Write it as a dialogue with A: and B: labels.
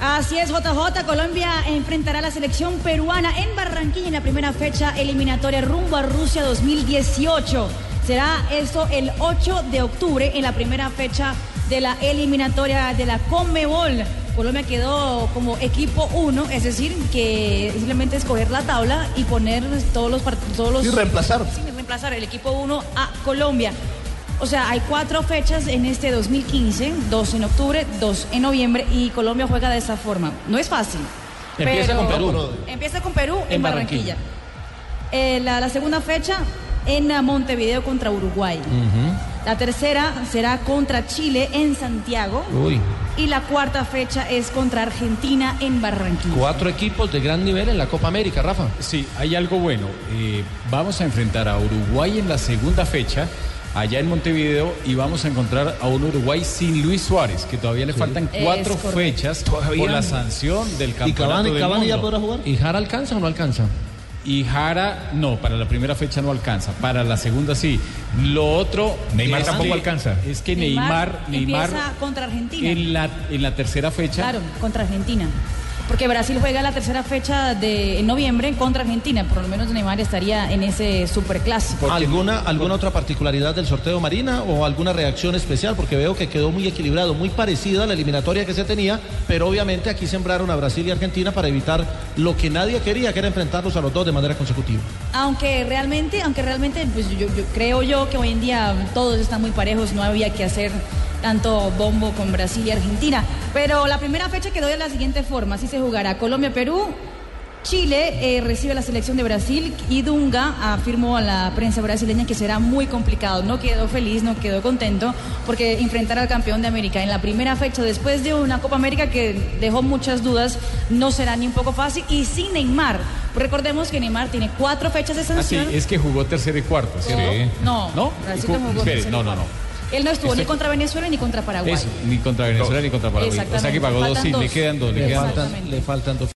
A: Así es, JJ. Colombia enfrentará a la selección peruana en Barranquilla en la primera fecha eliminatoria rumbo a Rusia 2018. Será esto el 8 de octubre en la primera fecha de la eliminatoria de la Conmebol. Colombia quedó como equipo 1, es decir, que simplemente escoger la tabla y poner todos los partidos. Todos los,
B: y reemplazar.
A: Sí, reemplazar el equipo 1 a Colombia. O sea, hay cuatro fechas en este 2015, dos en octubre, dos en noviembre, y Colombia juega de esa forma. No es fácil.
C: Empieza con Perú.
A: Empieza con Perú en, Barranquilla. Eh, la, la, segunda fecha en uh, Montevideo contra Uruguay. Uh -huh. La tercera será contra Chile en Santiago.
C: Uy.
A: Y la cuarta fecha es contra Argentina en Barranquilla.
C: Cuatro equipos de gran nivel en la Copa América, Rafa.
D: Sí, hay algo bueno. Eh, vamos a enfrentar a Uruguay en la segunda fecha allá en Montevideo y vamos a encontrar a un Uruguay sin Luis Suárez, que todavía le sí. faltan cuatro fechas ¿Todavía? por la sanción del campeonato
C: ¿Y Cavani,
D: del
C: Cavani
D: mundo.
C: ya podrá jugar? ¿Y Jara alcanza o no alcanza?
D: Y Jara, no, para la primera fecha no alcanza, para la segunda sí. Lo otro.
E: Neymar tampoco que, alcanza.
D: Es que Neymar. Neymar,
A: Neymar contra Argentina.
D: En la, en la tercera fecha.
A: Claro, contra Argentina. Porque Brasil juega la tercera fecha de en noviembre contra Argentina. Por lo menos Neymar estaría en ese superclásico.
B: ¿Alguna, ¿Alguna otra particularidad del sorteo Marina o alguna reacción especial? Porque veo que quedó muy equilibrado, muy parecida a la eliminatoria que se tenía, pero obviamente aquí sembraron a Brasil y Argentina para evitar lo que nadie quería, que era enfrentarlos a los dos de manera consecutiva.
A: Aunque realmente, aunque realmente, pues yo, yo creo yo que hoy en día todos están muy parejos, no había que hacer tanto bombo con Brasil y Argentina. Pero la primera fecha quedó de la siguiente forma. Así se jugará Colombia-Perú. Chile eh, recibe a la selección de Brasil y Dunga afirmó a la prensa brasileña que será muy complicado. No quedó feliz, no quedó contento porque enfrentar al campeón de América en la primera fecha después de una Copa América que dejó muchas dudas no será ni un poco fácil y sin Neymar. Recordemos que Neymar tiene cuatro fechas de sanción.
D: Así ah, es que jugó tercero y cuarto, ¿cierto?
A: Sí. No, no, Brasil no jugó
D: Espere, no, no, no. Este-
A: Él no estuvo Estoy... ni contra Venezuela ni contra Paraguay. Eso,
D: ni contra Venezuela no. ni contra Paraguay. O sea que pagó dos, sí, le quedan dos.
B: Le, le, faltan, le faltan dos.